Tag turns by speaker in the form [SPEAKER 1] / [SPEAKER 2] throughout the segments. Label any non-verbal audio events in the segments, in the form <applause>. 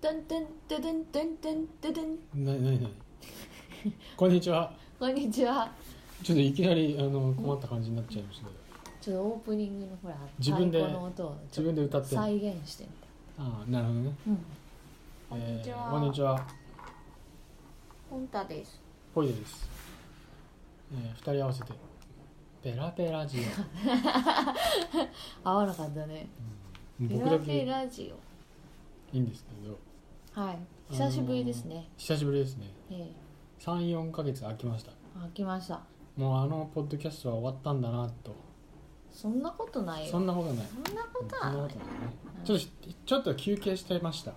[SPEAKER 1] てんてでんてんてんてでん
[SPEAKER 2] ななになにこんにちは
[SPEAKER 1] こんにちは
[SPEAKER 2] ちょっといきなりあの困った感じになっちゃいましたけど
[SPEAKER 1] ちょっとオープニングのほら
[SPEAKER 2] 自分で
[SPEAKER 1] 太鼓の音をち
[SPEAKER 2] 自
[SPEAKER 1] ょっ
[SPEAKER 2] 分で歌
[SPEAKER 1] と
[SPEAKER 2] ってる
[SPEAKER 1] 再現してみた
[SPEAKER 2] ああなるほどね
[SPEAKER 1] うん
[SPEAKER 2] こんに
[SPEAKER 3] ちは
[SPEAKER 2] こんにちは
[SPEAKER 3] 本田です。
[SPEAKER 2] ぽいです、えー、二人合わせてペラペラジ
[SPEAKER 1] <laughs> 合わなかったね
[SPEAKER 2] オ
[SPEAKER 1] ペ
[SPEAKER 2] 僕
[SPEAKER 1] ラ
[SPEAKER 2] だ
[SPEAKER 1] ペ
[SPEAKER 2] けい
[SPEAKER 1] ラジ
[SPEAKER 2] いんですけど
[SPEAKER 1] オはい久しぶりですね、
[SPEAKER 2] 久しぶりですね
[SPEAKER 1] ええ
[SPEAKER 2] 34ヶ月空きました
[SPEAKER 1] あ来ました
[SPEAKER 2] もうあのポッドキャストは終わったんだなと
[SPEAKER 1] そんなことないよ
[SPEAKER 2] そ
[SPEAKER 1] そん
[SPEAKER 2] んなことない
[SPEAKER 1] なこと
[SPEAKER 2] そんな
[SPEAKER 1] は
[SPEAKER 2] こ
[SPEAKER 1] ない
[SPEAKER 2] とないねちょっとちょっと休憩してました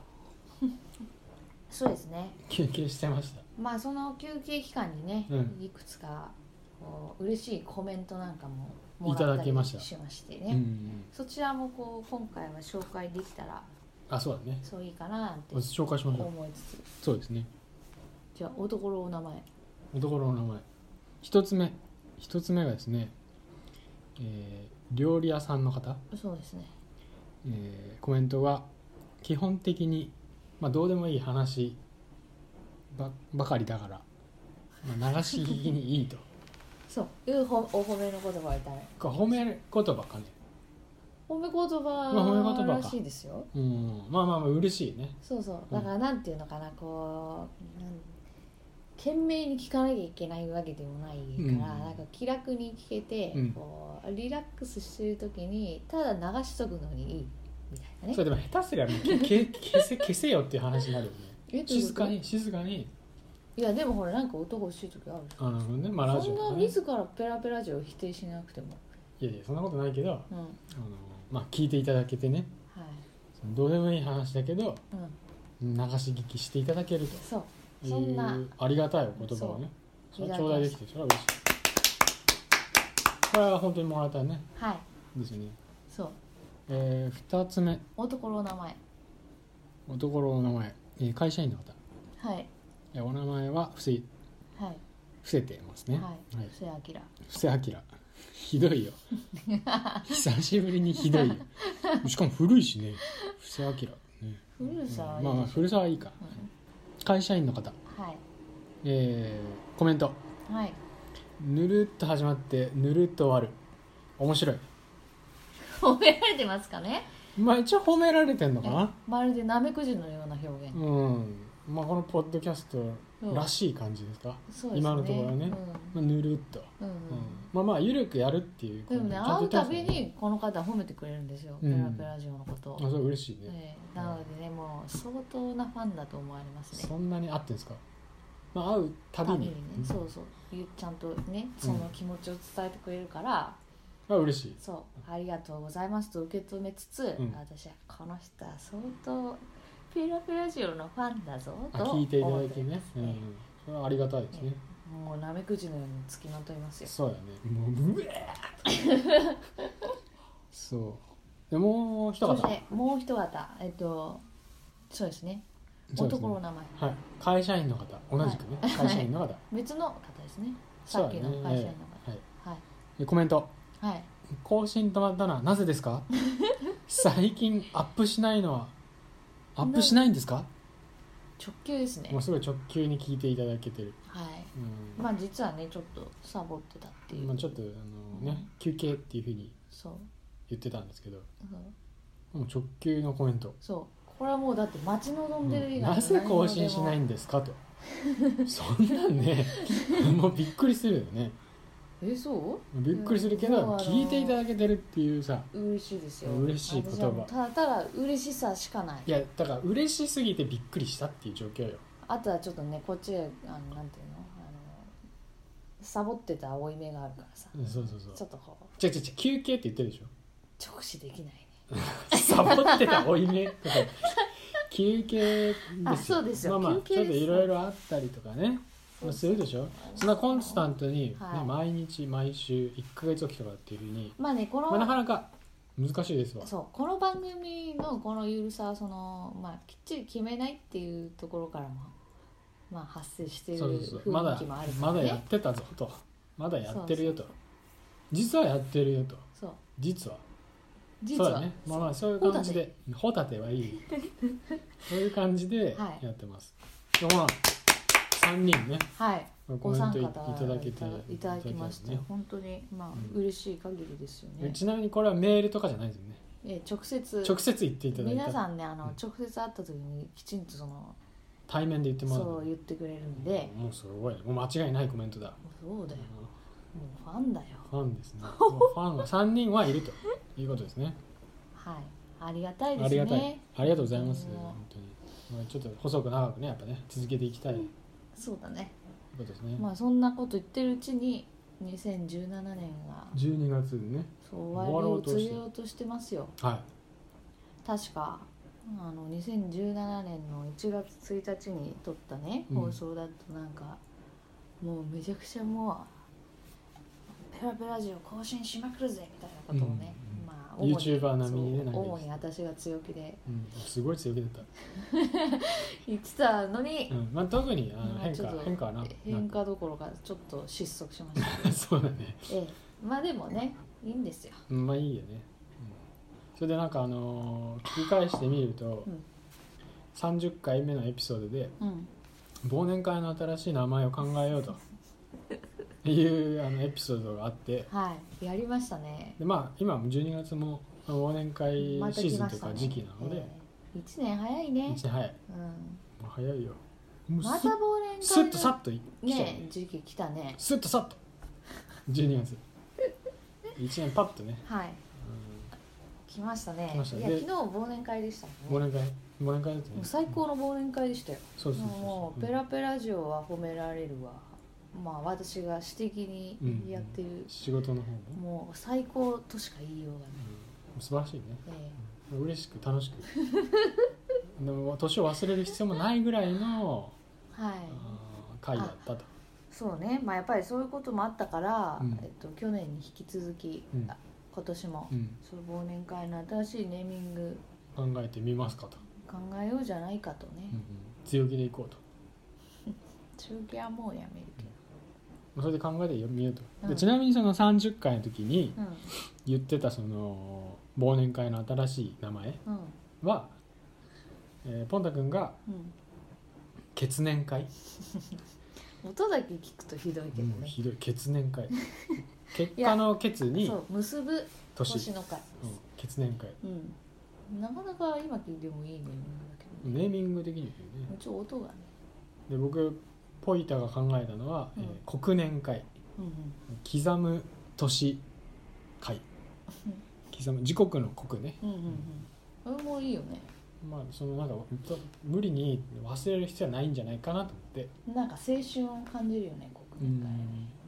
[SPEAKER 1] そうですね
[SPEAKER 2] 休憩してました
[SPEAKER 1] まあその休憩期間にね、
[SPEAKER 2] うん
[SPEAKER 1] いくつかこう嬉しいコメントなんかももら
[SPEAKER 2] いた
[SPEAKER 1] った
[SPEAKER 2] だ
[SPEAKER 1] り
[SPEAKER 2] きました
[SPEAKER 1] しましてね、
[SPEAKER 2] うんうん
[SPEAKER 1] そちらもこう今回は紹介できたら
[SPEAKER 2] あそうだね
[SPEAKER 1] そういいかななんて
[SPEAKER 2] 紹介しましょう
[SPEAKER 1] 思いつつ
[SPEAKER 2] そうですね
[SPEAKER 1] じゃあおところお名前
[SPEAKER 2] おところの名前一つ目一つ目がですね、えー料理屋さんの方、
[SPEAKER 1] そうですね
[SPEAKER 2] えーコメントが基本的に、まあ、どうでもいい話ばばかりだから、まあ、流し聞きにいいと <laughs>
[SPEAKER 1] そういうほお褒めの言葉をいただい
[SPEAKER 2] これ褒め言葉かね
[SPEAKER 1] 褒め言
[SPEAKER 2] まあ褒め言葉
[SPEAKER 1] 葉
[SPEAKER 2] から
[SPEAKER 1] しいですよ
[SPEAKER 2] うんまあまあまあ嬉しいね
[SPEAKER 1] そうそう
[SPEAKER 2] うん
[SPEAKER 1] だからなんていうのかなこうなん懸命に聞かなきゃいけないわけでもないから、
[SPEAKER 2] うん
[SPEAKER 1] なんか気楽に聞けて、
[SPEAKER 2] うん
[SPEAKER 1] こうリラックスしてる時にただ流しとくのにいいみたいなね
[SPEAKER 2] それでも下手すりゃもうけけ消せ消せよっていう話になるよね
[SPEAKER 1] え <laughs> どういうこと
[SPEAKER 2] 静かに静かに
[SPEAKER 1] いやでもほらなんか音欲しい時あるでしょ
[SPEAKER 2] あのねまあラジ
[SPEAKER 1] そ
[SPEAKER 2] オ
[SPEAKER 1] ん
[SPEAKER 2] と
[SPEAKER 1] な
[SPEAKER 2] かね
[SPEAKER 1] 自らペラペラジオ否定しなくても、
[SPEAKER 2] いやいやそんなことないけどあ
[SPEAKER 1] うん、は
[SPEAKER 2] のまあ聞いていただけてねそのどうでもいい話だけど
[SPEAKER 1] い、うん、
[SPEAKER 2] 流し聞きしていただけると
[SPEAKER 1] そう
[SPEAKER 2] い
[SPEAKER 1] そんな
[SPEAKER 2] うありがたいお言葉をね
[SPEAKER 1] そ
[SPEAKER 2] そうれは頂戴できてそれは嬉しいこれは本当にもらったね
[SPEAKER 1] はい
[SPEAKER 2] ですよね
[SPEAKER 1] そう
[SPEAKER 2] えー、2つ目
[SPEAKER 1] おところお名前
[SPEAKER 2] 男のお名前、えー会社員の方
[SPEAKER 1] はい
[SPEAKER 2] えーお名前は伏せ伏
[SPEAKER 1] はい
[SPEAKER 2] せてますね
[SPEAKER 1] はい布施明
[SPEAKER 2] 伏せ明ひどいよ <laughs> 久しぶりにひどいよしかも古いしね伏せ明ね
[SPEAKER 1] 古さはい
[SPEAKER 2] うん
[SPEAKER 1] い
[SPEAKER 2] まあまあ
[SPEAKER 1] でしょ
[SPEAKER 2] 古さはいいか、会社員の方、
[SPEAKER 1] はい
[SPEAKER 2] えーコメント
[SPEAKER 1] はい
[SPEAKER 2] ぬるっと始まってぬるっと終わる面白い
[SPEAKER 1] 褒められてますかね
[SPEAKER 2] まあ一応褒められてんのかな
[SPEAKER 1] まるでナメクジのような表現
[SPEAKER 2] うんまあこのポッドキャストらしい感じですか、
[SPEAKER 1] そうですね
[SPEAKER 2] 今のところはね
[SPEAKER 1] うん
[SPEAKER 2] まあ、ぬるっと、
[SPEAKER 1] うんうん
[SPEAKER 2] うんまあまあゆるくやるっていう
[SPEAKER 1] でもね
[SPEAKER 2] ちゃん
[SPEAKER 1] 会う
[SPEAKER 2] と言ってま
[SPEAKER 1] た
[SPEAKER 2] す
[SPEAKER 1] び
[SPEAKER 2] ね
[SPEAKER 1] にこの方褒めてくれるんですよ
[SPEAKER 2] う
[SPEAKER 1] ペ
[SPEAKER 2] ん
[SPEAKER 1] ラペラジオのこと
[SPEAKER 2] あそれ嬉しい
[SPEAKER 1] え
[SPEAKER 2] ね、
[SPEAKER 1] えなのでねもう相当なファンだと思われますね
[SPEAKER 2] そんなに合ってんですかまあ会うたび
[SPEAKER 1] たび
[SPEAKER 2] に
[SPEAKER 1] にねそうそうゆちゃんとねその気持ちを伝えてくれるから
[SPEAKER 2] あ嬉しい
[SPEAKER 1] そうありがとうございますと受け止めつつ、
[SPEAKER 2] うん
[SPEAKER 1] 私はこの人は相当ペラペラジオのファンだぞ
[SPEAKER 2] あ
[SPEAKER 1] と
[SPEAKER 2] 聞いていただいて
[SPEAKER 1] 思っ
[SPEAKER 2] ね
[SPEAKER 1] ます
[SPEAKER 2] うんそれはありがたいですね、
[SPEAKER 1] もうなめくじのようにつきまといますよ
[SPEAKER 2] そうだねもうブエー
[SPEAKER 1] <laughs>
[SPEAKER 2] そうでもう一
[SPEAKER 1] そ
[SPEAKER 2] 方
[SPEAKER 1] してもう一方えっとそうですね
[SPEAKER 2] そうですね
[SPEAKER 1] 男の名前
[SPEAKER 2] はい、会社員の方同じくね、
[SPEAKER 1] はい
[SPEAKER 2] 会社員の方
[SPEAKER 1] 別の方ですね
[SPEAKER 2] そ
[SPEAKER 1] さ
[SPEAKER 2] う
[SPEAKER 1] っ
[SPEAKER 2] だ
[SPEAKER 1] き
[SPEAKER 2] ね
[SPEAKER 1] の会社員の
[SPEAKER 2] ええはい
[SPEAKER 1] 方、
[SPEAKER 2] でコメント
[SPEAKER 1] はいはい
[SPEAKER 2] 「更新止まったななぜで
[SPEAKER 1] <laughs>
[SPEAKER 2] すか? 」最近アップしないのはアップしないんですか
[SPEAKER 1] 直球ですね
[SPEAKER 2] もうすごい直球に聞いていただけてる、
[SPEAKER 1] はい
[SPEAKER 2] うん
[SPEAKER 1] まあ実はねちょっとサボってたっていう、
[SPEAKER 2] まあ、ちょっとあの、ね、休憩っていうふうに
[SPEAKER 1] そう
[SPEAKER 2] 言ってたんですけど
[SPEAKER 1] そう
[SPEAKER 2] もう直球のコメント
[SPEAKER 1] そうこれはもうだって待ち望んでる以外の
[SPEAKER 2] なぜ更新しない
[SPEAKER 1] 何
[SPEAKER 2] んですかとそんなん
[SPEAKER 1] <laughs>
[SPEAKER 2] ねもうびっくりするよね
[SPEAKER 1] もでもえそう
[SPEAKER 2] びっくりするけど
[SPEAKER 1] うん
[SPEAKER 2] 聞いていただけてるっていうさ
[SPEAKER 1] 嬉しいですよ
[SPEAKER 2] 嬉しい言葉
[SPEAKER 1] 私はもうただただ嬉しさしかない
[SPEAKER 2] いやだから嬉しすぎてびっくりしたっていう状況よ
[SPEAKER 1] あとはちょっとねこっちへあのなんていうのあのサボってた青い目があるからさ
[SPEAKER 2] うんそうそう
[SPEAKER 1] ち
[SPEAKER 2] そ
[SPEAKER 1] ょ
[SPEAKER 2] う
[SPEAKER 1] っとこう
[SPEAKER 2] 違う違う違う休憩って言ってるでし
[SPEAKER 1] <laughs> 直視できないね
[SPEAKER 2] ょサボってた負い目とか休憩ですよ
[SPEAKER 1] あそうですよ
[SPEAKER 2] まあま
[SPEAKER 1] 休
[SPEAKER 2] あ
[SPEAKER 1] 憩
[SPEAKER 2] ちょ
[SPEAKER 1] です
[SPEAKER 2] っといろいろあったりとかね
[SPEAKER 1] そう
[SPEAKER 2] するでしょそんなコンスタントに、ね
[SPEAKER 1] はい
[SPEAKER 2] 毎日毎週1ヶ月おきとかっていうふうに、
[SPEAKER 1] まあねこの、
[SPEAKER 2] まあ、なかなか難しいですわ
[SPEAKER 1] そうこの番組のこのゆるさはその、まあ、きっちり決めないっていうところからも、まあ、発生している
[SPEAKER 2] そう
[SPEAKER 1] 雰
[SPEAKER 2] そ
[SPEAKER 1] 囲
[SPEAKER 2] うそうまだ
[SPEAKER 1] 気もあるか
[SPEAKER 2] ま
[SPEAKER 1] ら
[SPEAKER 2] だ
[SPEAKER 1] ね
[SPEAKER 2] やってたぞとまだやってるよと実はやってるよと
[SPEAKER 1] そう
[SPEAKER 2] 実は
[SPEAKER 1] 実
[SPEAKER 2] そうだ
[SPEAKER 1] は、
[SPEAKER 2] ねまあまあそういう感じでホタテは
[SPEAKER 1] <laughs>
[SPEAKER 2] いいそういう感じで
[SPEAKER 1] はい
[SPEAKER 2] やってます、でまあ3人ね
[SPEAKER 1] はい
[SPEAKER 2] コ
[SPEAKER 1] ご
[SPEAKER 2] メン
[SPEAKER 1] 参
[SPEAKER 2] ト
[SPEAKER 1] 加
[SPEAKER 2] い
[SPEAKER 1] い
[SPEAKER 2] いただけて
[SPEAKER 1] いただきまして、
[SPEAKER 2] いただ
[SPEAKER 1] 本当にまあ、
[SPEAKER 2] うん
[SPEAKER 1] 嬉しい限りですよ
[SPEAKER 2] けたよね
[SPEAKER 1] ね
[SPEAKER 2] ちなみにこれはメールとかじゃないですよね
[SPEAKER 1] え直接
[SPEAKER 2] 直接言っていただい
[SPEAKER 1] 皆
[SPEAKER 2] た
[SPEAKER 1] さんねあの、
[SPEAKER 2] うん
[SPEAKER 1] 直接会った時にきちんとその
[SPEAKER 2] 対面で言ってもら
[SPEAKER 1] そう言ってくれるんで、
[SPEAKER 2] もうすごいねもう間違いないコメントだ
[SPEAKER 1] そうだよもうファンだよ
[SPEAKER 2] ファンで
[SPEAKER 1] <laughs>
[SPEAKER 2] すねもうファンは3人はいるということですね
[SPEAKER 1] はいありがたい
[SPEAKER 2] あ
[SPEAKER 1] です
[SPEAKER 2] り
[SPEAKER 1] ね
[SPEAKER 2] がたいありがとうございます
[SPEAKER 1] うん
[SPEAKER 2] 本当にまあちょっと細く長くねやっぱね続けていきたいという
[SPEAKER 1] そうだね
[SPEAKER 2] ことですね、
[SPEAKER 1] まあそんなこと言ってるうちに2017年が
[SPEAKER 2] 12月にね
[SPEAKER 1] そう終
[SPEAKER 2] 終わ
[SPEAKER 1] わ
[SPEAKER 2] ろ
[SPEAKER 1] り
[SPEAKER 2] う
[SPEAKER 1] を
[SPEAKER 2] と
[SPEAKER 1] 告
[SPEAKER 2] して
[SPEAKER 1] げようとしてますよ
[SPEAKER 2] は
[SPEAKER 1] 確かあの2017年の1月1日に撮ったね
[SPEAKER 2] うん
[SPEAKER 1] 放送だとなんか、もうめちゃくちゃもうペラペラジオ更新しまくるぜみたいなことをね、
[SPEAKER 2] うんうん
[SPEAKER 1] まあ
[SPEAKER 2] い YouTuber 並みに
[SPEAKER 1] そ
[SPEAKER 2] ね
[SPEAKER 1] う
[SPEAKER 2] なんか
[SPEAKER 1] 主に私が強気で
[SPEAKER 2] うん、すごい強気
[SPEAKER 1] <laughs>
[SPEAKER 2] だった
[SPEAKER 1] 言ってたのに、
[SPEAKER 2] うんまあ、特にあの
[SPEAKER 1] まあ
[SPEAKER 2] 変
[SPEAKER 1] ちょっ
[SPEAKER 2] 化
[SPEAKER 1] と
[SPEAKER 2] 変化はな
[SPEAKER 1] 変
[SPEAKER 2] な
[SPEAKER 1] 化どころかちょっと失速しました、 <laughs>
[SPEAKER 2] く <laughs> そうだね
[SPEAKER 1] ええ、まあでもねいいんですよ
[SPEAKER 2] うんまあいいよね、うんそれでなんかあのー聞き返してみると、
[SPEAKER 1] うん
[SPEAKER 2] 30回目のエピソードで
[SPEAKER 1] うん
[SPEAKER 2] 忘年会の新しい名前を考え
[SPEAKER 1] <laughs>
[SPEAKER 2] ようというあのエピソードがあって
[SPEAKER 1] はいやりましたね
[SPEAKER 2] でまあ今も12月も忘年会
[SPEAKER 1] また
[SPEAKER 2] シー
[SPEAKER 1] 来
[SPEAKER 2] ズン
[SPEAKER 1] ま
[SPEAKER 2] と
[SPEAKER 1] した
[SPEAKER 2] か
[SPEAKER 1] ね
[SPEAKER 2] 時期なので、
[SPEAKER 1] ええ一年早いね
[SPEAKER 2] 一、年早い
[SPEAKER 1] うん、
[SPEAKER 2] もう早いよもう
[SPEAKER 1] ますた忘年会の
[SPEAKER 2] すっとさっと来ちゃう
[SPEAKER 1] ね時期来たね
[SPEAKER 2] すっとさっと12月1年パッとね、
[SPEAKER 1] はい
[SPEAKER 2] うん
[SPEAKER 1] 来ましたね
[SPEAKER 2] 来ました
[SPEAKER 1] いや
[SPEAKER 2] で
[SPEAKER 1] 昨日忘年会でしたも
[SPEAKER 2] 忘
[SPEAKER 1] んね
[SPEAKER 2] 年会忘年会だったね
[SPEAKER 1] もう最高の忘年会でしたよ
[SPEAKER 2] そうそうそうそう
[SPEAKER 1] もうペラペラジオは褒められるわまあ私が私的にやってる、
[SPEAKER 2] 仕事の方も、
[SPEAKER 1] もう最高としか言いよう
[SPEAKER 2] うん素晴らしいね
[SPEAKER 1] がない、え
[SPEAKER 2] 嬉しく <laughs> 楽しくでも年を忘れる必要もないぐらいの
[SPEAKER 1] えはい
[SPEAKER 2] あー会だったと
[SPEAKER 1] そうねまあやっぱりそういうこともあったから、
[SPEAKER 2] うん
[SPEAKER 1] えっと、去年に引き続き、
[SPEAKER 2] うん
[SPEAKER 1] あ今年も、
[SPEAKER 2] うん
[SPEAKER 1] そういう忘年会の新しいネーミング
[SPEAKER 2] 考えてみますかと、
[SPEAKER 1] 考えようじゃないかとね、
[SPEAKER 2] うんうん強気でいこうと
[SPEAKER 1] 中継はもうやめるけ
[SPEAKER 2] それで考えてみようと、
[SPEAKER 1] う
[SPEAKER 2] で
[SPEAKER 1] ん
[SPEAKER 2] ちなみにその30回の時に
[SPEAKER 1] ど
[SPEAKER 2] 言ってたその忘年会の新しい名前
[SPEAKER 1] うんうん
[SPEAKER 2] は、えーポンタ君が
[SPEAKER 1] うん
[SPEAKER 2] 「血年会」
[SPEAKER 1] 音だけ聞くとひどいけど
[SPEAKER 2] もう
[SPEAKER 1] ね、
[SPEAKER 2] ひどい血
[SPEAKER 1] <laughs>
[SPEAKER 2] 年会結果の血に
[SPEAKER 1] そう結ぶ
[SPEAKER 2] 年
[SPEAKER 1] 年の会
[SPEAKER 2] うん、血年会
[SPEAKER 1] うん、なかなか今聞いてもいいネーミングだけど、
[SPEAKER 2] ネーミング的にはね
[SPEAKER 1] うち音がね、
[SPEAKER 2] で僕ポイタが考えたのは、えー
[SPEAKER 1] うん
[SPEAKER 2] 国年会
[SPEAKER 1] うんうん、
[SPEAKER 2] 刻む年
[SPEAKER 1] <laughs>
[SPEAKER 2] 会刻む時刻の刻ね
[SPEAKER 1] うんうんうんこれもいいよね
[SPEAKER 2] まあそのなんかと無理に忘れる必要はないんじゃないかなと思って
[SPEAKER 1] なんか青春を感じるよね国民会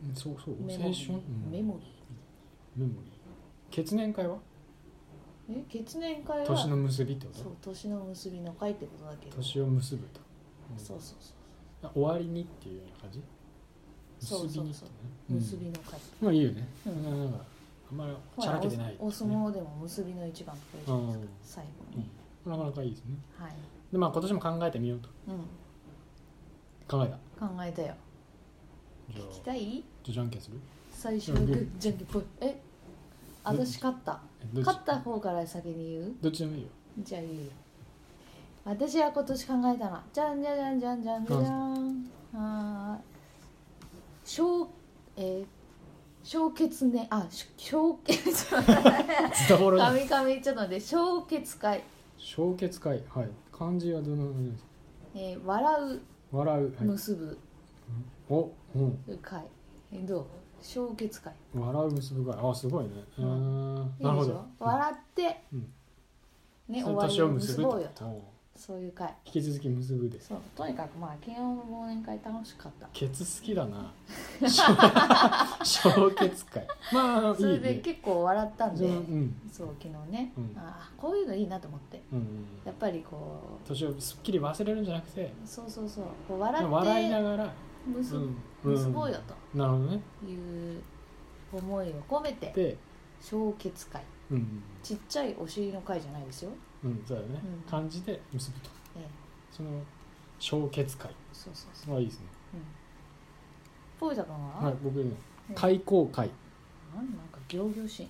[SPEAKER 2] うんそうそう
[SPEAKER 1] メモ
[SPEAKER 2] 青
[SPEAKER 1] リ
[SPEAKER 2] 春、
[SPEAKER 1] ー
[SPEAKER 2] うん
[SPEAKER 1] メモリ
[SPEAKER 2] メモリー血年会は
[SPEAKER 1] ーえ血年会は
[SPEAKER 2] 年の結びってこ
[SPEAKER 1] そ
[SPEAKER 2] と
[SPEAKER 1] う年の結びの会ってことだけど
[SPEAKER 2] 年を結ぶと、うん
[SPEAKER 1] そうそうそ
[SPEAKER 2] 終わりにっていうような感じ
[SPEAKER 1] そう
[SPEAKER 2] 結びにって
[SPEAKER 1] そうそう
[SPEAKER 2] ね
[SPEAKER 1] う
[SPEAKER 2] うん
[SPEAKER 1] 結びの会、
[SPEAKER 2] まあいいよね、
[SPEAKER 1] うん
[SPEAKER 2] なんかあんまり
[SPEAKER 1] ほ
[SPEAKER 2] ちゃ
[SPEAKER 1] ら
[SPEAKER 2] らけてない、
[SPEAKER 1] おお相撲でも結びの一番とか言うじゃないですか、最後に、
[SPEAKER 2] なかなかいいですね
[SPEAKER 1] はい、
[SPEAKER 2] でまあ今年も考えてみようと
[SPEAKER 1] う
[SPEAKER 2] 考えた
[SPEAKER 1] ん、考えたよ
[SPEAKER 2] じゃ
[SPEAKER 1] 聞き
[SPEAKER 2] あ
[SPEAKER 1] たい
[SPEAKER 2] じゃんけんする
[SPEAKER 1] 最初のグッじゃんけんぽいえ私勝った
[SPEAKER 2] えどっち
[SPEAKER 1] 勝った方から先に言う
[SPEAKER 2] どっちでもいいよ
[SPEAKER 1] じゃあ言うよ私は今年考えたのはじゃんじゃじゃんじゃんじゃんじゃんはーい小えー、小血ねあし小血
[SPEAKER 2] ズタボロだ
[SPEAKER 1] 神々ちょっと待って小血会、
[SPEAKER 2] 小血会はい漢字はどのようにですか
[SPEAKER 1] えー、笑
[SPEAKER 2] 笑う、
[SPEAKER 1] う
[SPEAKER 2] はい、
[SPEAKER 1] 結ぶ
[SPEAKER 2] お、うん、
[SPEAKER 1] 会、えーどう小血会
[SPEAKER 2] 笑う結ぶ会あすごいねう
[SPEAKER 1] うん
[SPEAKER 2] ん
[SPEAKER 1] いい
[SPEAKER 2] なる
[SPEAKER 1] で
[SPEAKER 2] ほ
[SPEAKER 1] し
[SPEAKER 2] ど
[SPEAKER 1] ょ笑って、
[SPEAKER 2] うん
[SPEAKER 1] ね
[SPEAKER 2] そ
[SPEAKER 1] 終
[SPEAKER 2] の
[SPEAKER 1] わ
[SPEAKER 2] 年
[SPEAKER 1] り
[SPEAKER 2] を
[SPEAKER 1] を
[SPEAKER 2] 結
[SPEAKER 1] 結
[SPEAKER 2] ぶ
[SPEAKER 1] ぼうよ
[SPEAKER 2] と
[SPEAKER 1] と
[SPEAKER 2] うん
[SPEAKER 1] そういう会
[SPEAKER 2] 引き続き結ぶです
[SPEAKER 1] そうとにかくまあ慶応の忘年会楽しかった
[SPEAKER 2] ケツ好きだな <laughs> 小血会まあい
[SPEAKER 1] そ
[SPEAKER 2] い
[SPEAKER 1] れで
[SPEAKER 2] ね
[SPEAKER 1] 結構笑ったん
[SPEAKER 2] そ
[SPEAKER 1] で
[SPEAKER 2] れうん
[SPEAKER 1] そう昨日ね、
[SPEAKER 2] うん
[SPEAKER 1] ああこういうのいいなと思って
[SPEAKER 2] うんうん
[SPEAKER 1] やっぱりこ
[SPEAKER 2] 年をすっきり忘れるんじゃなくて
[SPEAKER 1] うそうそうそうこう笑
[SPEAKER 2] 笑いな
[SPEAKER 1] って
[SPEAKER 2] がら
[SPEAKER 1] 結,、
[SPEAKER 2] うん
[SPEAKER 1] 結ぼうよ
[SPEAKER 2] なるほどね
[SPEAKER 1] という思いを込めて
[SPEAKER 2] で
[SPEAKER 1] 小結会
[SPEAKER 2] うん
[SPEAKER 1] ちっちゃいお尻の会じゃないですよ、
[SPEAKER 2] うんそうだね、
[SPEAKER 1] うん
[SPEAKER 2] 感じで結ぶと
[SPEAKER 1] ええ、
[SPEAKER 2] その小結会
[SPEAKER 1] そうそうそう
[SPEAKER 2] あいいですね
[SPEAKER 1] ポイタ君は、
[SPEAKER 2] はい僕ね
[SPEAKER 1] うん
[SPEAKER 2] 開口会
[SPEAKER 1] なんなんか行々しい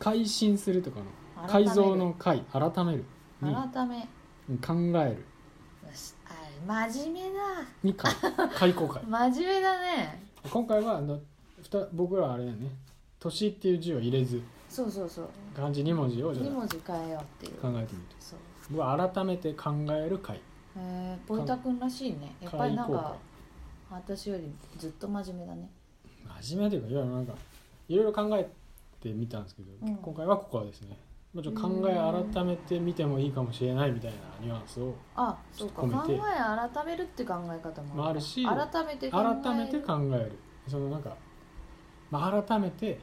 [SPEAKER 2] 改心するとかの
[SPEAKER 1] 改め
[SPEAKER 2] 改
[SPEAKER 1] る
[SPEAKER 2] 造の改改めるに
[SPEAKER 1] 改めよ
[SPEAKER 2] うん考える
[SPEAKER 1] しあれ真面目だ <laughs>
[SPEAKER 2] に改改公開
[SPEAKER 1] 真面目だね
[SPEAKER 2] 今回はあのふた僕らはあれだよね「年」っていう字を入れず
[SPEAKER 1] そうそうそう
[SPEAKER 2] 漢字2文字をじゃ
[SPEAKER 1] 2
[SPEAKER 2] あ
[SPEAKER 1] 文字変えようっていう
[SPEAKER 2] 考えてみて
[SPEAKER 1] そう
[SPEAKER 2] 僕は改めて考える回
[SPEAKER 1] えー、ポイタ君らしいねやっぱり
[SPEAKER 2] 改
[SPEAKER 1] なん
[SPEAKER 2] 公
[SPEAKER 1] か私よりずっと真面目だね
[SPEAKER 2] 開真面目というかいやなんかいろいろ考えてみたんですけど、
[SPEAKER 1] うん
[SPEAKER 2] 今回はここはですねまあちょっと考
[SPEAKER 1] う
[SPEAKER 2] え
[SPEAKER 1] ん
[SPEAKER 2] 改めて見てもいいかもしれないみたいなニュアンスを
[SPEAKER 1] あそうか
[SPEAKER 2] ち
[SPEAKER 1] 考
[SPEAKER 2] ょっと込めて
[SPEAKER 1] え改めるって考え方も
[SPEAKER 2] まあ
[SPEAKER 1] あ
[SPEAKER 2] あ
[SPEAKER 1] る
[SPEAKER 2] るし
[SPEAKER 1] 改めて考える
[SPEAKER 2] 改めて考えるそのなんか、まあ、改めて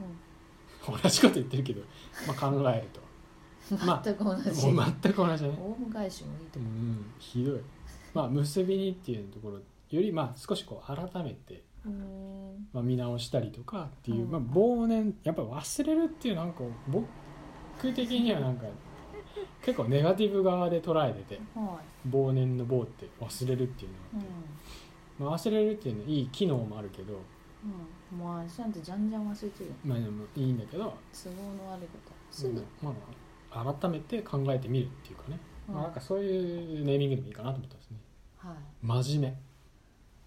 [SPEAKER 2] <laughs> 同じこと言ってるけど、まあ、考える
[SPEAKER 1] <laughs>
[SPEAKER 2] と
[SPEAKER 1] うん
[SPEAKER 2] まあ
[SPEAKER 1] 全く同じ、
[SPEAKER 2] もう全く同じだね
[SPEAKER 1] オウム返しもいいと
[SPEAKER 2] う
[SPEAKER 1] 思うん
[SPEAKER 2] ひどいまあ結びにっていうところよりまあ少しこう改めて、
[SPEAKER 1] うーん
[SPEAKER 2] まあ、見直したりとかっていう、
[SPEAKER 1] うん
[SPEAKER 2] まあ、忘年やっぱ忘れるっていうなんか僕的にはなんか結構ネガティブ側で捉えてて
[SPEAKER 1] は
[SPEAKER 2] 忘年の忘って忘れるっていうのは、
[SPEAKER 1] いうん
[SPEAKER 2] まあ、忘れるっていうのはいい機能もあるけど、
[SPEAKER 1] うんもうあれちゃんとじゃんじゃん忘れてるよ
[SPEAKER 2] まあ、でもいいんだけど
[SPEAKER 1] 都合の悪いことすぐ、
[SPEAKER 2] まあ、改めて考えてみるっていうかね、
[SPEAKER 1] うん
[SPEAKER 2] まあ、なんかそういうネーミングでもいいかなと思ったんですね
[SPEAKER 1] はい
[SPEAKER 2] 真面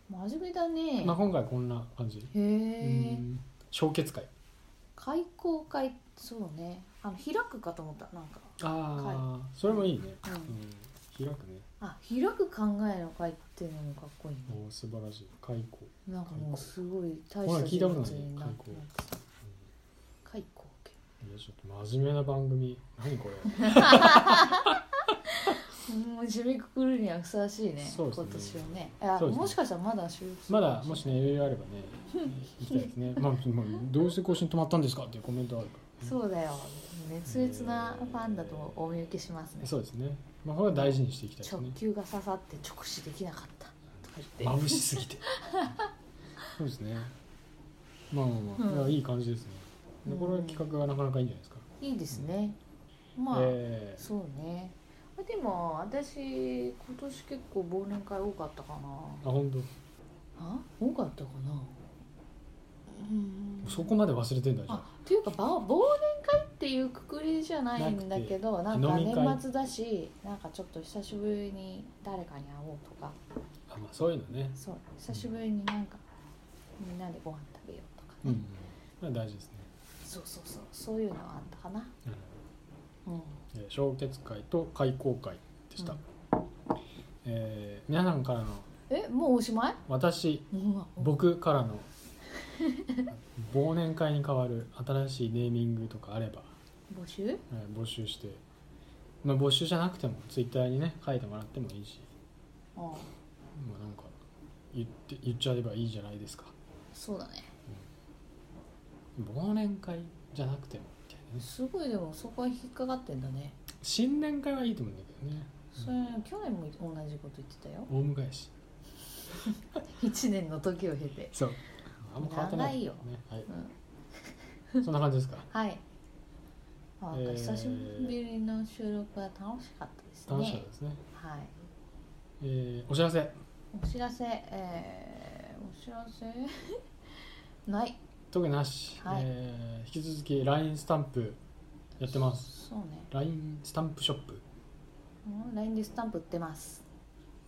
[SPEAKER 1] 真面目だね、
[SPEAKER 2] 目、まあ、今回こんな感じ
[SPEAKER 1] へ
[SPEAKER 2] う
[SPEAKER 1] え
[SPEAKER 2] ん小結会
[SPEAKER 1] 開口会そうねあの開くかと思ったなんか、
[SPEAKER 2] ああそれもいいね、
[SPEAKER 1] うん
[SPEAKER 2] うん、開くね
[SPEAKER 1] あ開く考えの会っていうのもかっこいいね
[SPEAKER 2] おー素晴らしい開口
[SPEAKER 1] なんかもうすごい大
[SPEAKER 2] ほ
[SPEAKER 1] し
[SPEAKER 2] ら
[SPEAKER 1] た
[SPEAKER 2] 聞いた
[SPEAKER 1] 人
[SPEAKER 2] こと
[SPEAKER 1] 物
[SPEAKER 2] ない
[SPEAKER 1] になっ
[SPEAKER 2] 開
[SPEAKER 1] て
[SPEAKER 2] 口
[SPEAKER 1] た開口系
[SPEAKER 2] いやちょっと真面目な番組何これ
[SPEAKER 1] もう締めくくるにはふさわしいね
[SPEAKER 2] そうですね
[SPEAKER 1] 今年はねあ
[SPEAKER 2] そうですね
[SPEAKER 1] もしかしたらまだ収録す
[SPEAKER 2] ま
[SPEAKER 1] るか
[SPEAKER 2] だも
[SPEAKER 1] し
[SPEAKER 2] しね余裕あればね行きたいです
[SPEAKER 1] <laughs>
[SPEAKER 2] ね、まあ、もうどうして更新止まったんですかっていうコメントあるから、
[SPEAKER 1] れないそうだよ熱烈なファンだとお見受けしますね
[SPEAKER 2] そうですねまあこれは大事にしていきたいです
[SPEAKER 1] 直
[SPEAKER 2] ね
[SPEAKER 1] 球が刺さって直視できなかったとか言って
[SPEAKER 2] 眩しすぎてそうですねまあまあまあ、
[SPEAKER 1] うん
[SPEAKER 2] いやいい感じですねでこれは企画がなかなかいいんじゃないですか、
[SPEAKER 1] いいですねまあ、
[SPEAKER 2] えー
[SPEAKER 1] そうねあでも私今年結構忘年会多かったかな
[SPEAKER 2] あ本当、
[SPEAKER 1] あ多かったかなうん
[SPEAKER 2] そこまで忘れてんだじゃ
[SPEAKER 1] あ
[SPEAKER 2] あ
[SPEAKER 1] っていうかば忘年会っていうくくりじゃないんだけどな
[SPEAKER 2] く
[SPEAKER 1] ん
[SPEAKER 2] て
[SPEAKER 1] か
[SPEAKER 2] 飲み会
[SPEAKER 1] 年末だしなんかちょっと久しぶりに誰かに会おうとか
[SPEAKER 2] あ、まあ、そういうのね
[SPEAKER 1] そう久しぶりになんかみんなでご飯食べようとかね、
[SPEAKER 2] うん、うんまあ、大事ですね、
[SPEAKER 1] そうそうそうそういうのはあったかな
[SPEAKER 2] うん
[SPEAKER 1] うん
[SPEAKER 2] えー小結会と開講会でした、
[SPEAKER 1] うん
[SPEAKER 2] えー皆さんからの
[SPEAKER 1] えもうおしまい
[SPEAKER 2] 私
[SPEAKER 1] うわ
[SPEAKER 2] 僕から <laughs> の忘年会に代わる新しいネーミングとかあれば
[SPEAKER 1] 募集
[SPEAKER 2] えー募集して、まあ、募集じゃなくてもツイッターにね書いてもらってもいいし、
[SPEAKER 1] ああ
[SPEAKER 2] まあ、なんか言って言っちゃえばいいじゃないですか
[SPEAKER 1] そうだね
[SPEAKER 2] 忘年会じゃなくてもみたいなね
[SPEAKER 1] すごいでもそこは引っかかってんだね
[SPEAKER 2] 新年会はいいと思うんだけどね
[SPEAKER 1] それ去年も同じこと言ってたよ
[SPEAKER 2] 大迎えし
[SPEAKER 1] 1年の時を経て
[SPEAKER 2] そうあんま変わってない,、
[SPEAKER 1] 長いよ
[SPEAKER 2] ねはい
[SPEAKER 1] うん <laughs>
[SPEAKER 2] そんな感じですか
[SPEAKER 1] はいあなんか
[SPEAKER 2] えー
[SPEAKER 1] 久しぶりの収録は楽しかったですね
[SPEAKER 2] 楽しかったですね、
[SPEAKER 1] はい
[SPEAKER 2] えーお知らせ
[SPEAKER 1] お知らせえー、お知らせ <laughs> ない
[SPEAKER 2] 特になし、
[SPEAKER 1] はい
[SPEAKER 2] えー引き続き LINE スタンプやってます
[SPEAKER 1] そうね
[SPEAKER 2] LINE スタンプショップ
[SPEAKER 1] うん LINE でスタンプ売ってます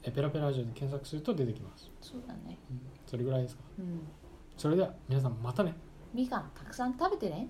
[SPEAKER 2] えペラペラジオで検索すると出てきます、
[SPEAKER 1] そうだね
[SPEAKER 2] うんそれぐらいですか
[SPEAKER 1] うん
[SPEAKER 2] それでは皆さんまたね
[SPEAKER 1] みかんたくさん食べてね